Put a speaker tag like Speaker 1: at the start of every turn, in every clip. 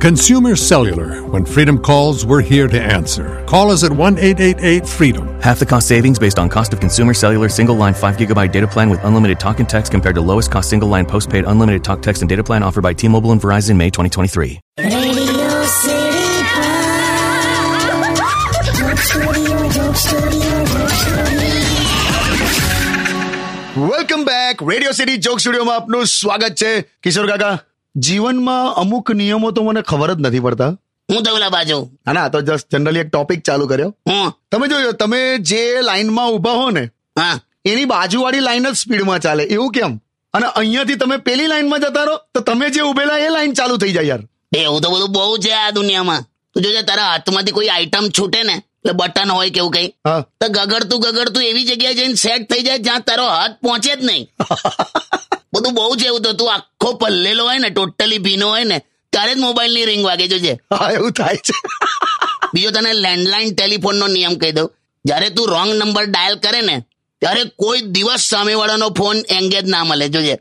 Speaker 1: Consumer Cellular. When freedom calls, we're here to answer. Call us at 1 888 freedom.
Speaker 2: Half the cost savings based on cost of consumer cellular single line 5 gigabyte data plan with unlimited talk and text compared to lowest cost single line postpaid unlimited talk, text, and data plan offered by T Mobile and Verizon May 2023.
Speaker 3: Radio City Pod. Joke Studio, Joke Studio, Joke Studio.
Speaker 4: Welcome back Radio City Joke સ્ટુડિયોમાં આપનું સ્વાગત છે કિશોર કાકા જીવનમાં અમુક નિયમો તો મને ખબર જ નથી પડતા
Speaker 5: હું દવલા બાજુ
Speaker 4: ના, ના આ તો જસ્ટ જનરલી એક ટોપિક ચાલુ કર્યો
Speaker 5: હું
Speaker 4: તમે જોયો તમે જે લાઈનમાં ઊભા હો ને
Speaker 5: હા
Speaker 4: એની બાજુવાળી લાઈન જ સ્પીડમાં ચાલે એવું કેમ અને અહીંયાથી તમે પેલી લાઈનમાં જતા રહો તો તમે જે ઉભેલા એ લાઈન ચાલુ થઈ જાય યાર
Speaker 5: એવું તો બધું બહુ છે આ દુનિયામાં તું જોજે તારા હાથમાંથી કોઈ આઈટમ છૂટે ને એટલે બટન હોય કેવું કઈ
Speaker 4: હા
Speaker 5: તો ગગડતું ગગડતું એવી જગ્યાએ જઈને સેટ થઈ જાય જ્યાં તારો હાથ પહોંચે જ નહીં બધું બહુ છે એવું તો તું આખો પલ્લેલો હોય ને ટોટલી ભીનો હોય ને ત્યારે જ મોબાઈલની રિંગ વાગે જોજે
Speaker 4: હા એવું થાય છે
Speaker 5: બીજો તને લેન્ડલાઈન ટેલિફોનનો નિયમ કહી દઉં જ્યારે તું રોંગ નંબર ડાયલ કરે ને ત્યારે કોઈ દિવસ સામેવાળાનો ફોન એંગેજ ના મળે જોજે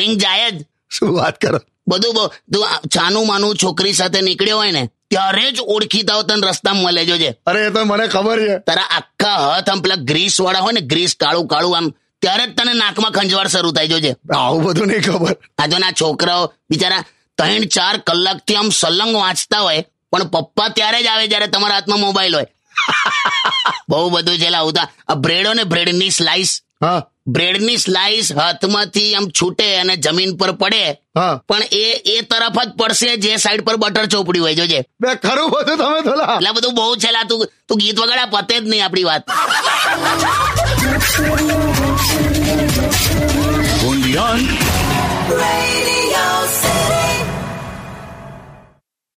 Speaker 5: રિંગ જાય જ
Speaker 4: શું વાત કરો
Speaker 5: બધું બ- તું આ છાનું માનું છોકરી સાથે નીકળ્યો હોય ને ત્યારે જ ઓળખીતા તને રસ્તામાં મળે જોજે
Speaker 4: અરે એ તો મને ખબર છે
Speaker 5: તારા આખા હાથ આમ પેલા ગ્રીસ વાળા હોય ને ગ્રીસ કાળું કાળું આમ ત્યારે જ તને નાકમાં ખંજવાળ શરૂ થાય જોજે
Speaker 4: આવું બધું નહીં ખબર
Speaker 5: આજના છોકરાઓ બિચારા ત્રણ ચાર કલાકથી આમ સલંગ વાંચતા હોય પણ પપ્પા ત્યારે જ આવે જ્યારે તમારા હાથમાં મોબાઈલ હોય બહુ બધું છે લાવતા આ બ્રેડો ને બ્રેડની સ્લાઈસ
Speaker 4: હા
Speaker 5: બ્રેડની સ્લાઈસ હાથમાંથી આમ છૂટે અને જમીન પર પડે
Speaker 4: હા
Speaker 5: પણ એ એ તરફ જ પડશે જે સાઈડ પર બટર ચોપડી હોય જોજે
Speaker 4: બે ખરું બધું તમે થોડા
Speaker 5: એટલે આ બધું બહુ છે લા, તું તું ગીત વગાડા પતે જ નહીં આપણી વાત
Speaker 3: Radio City.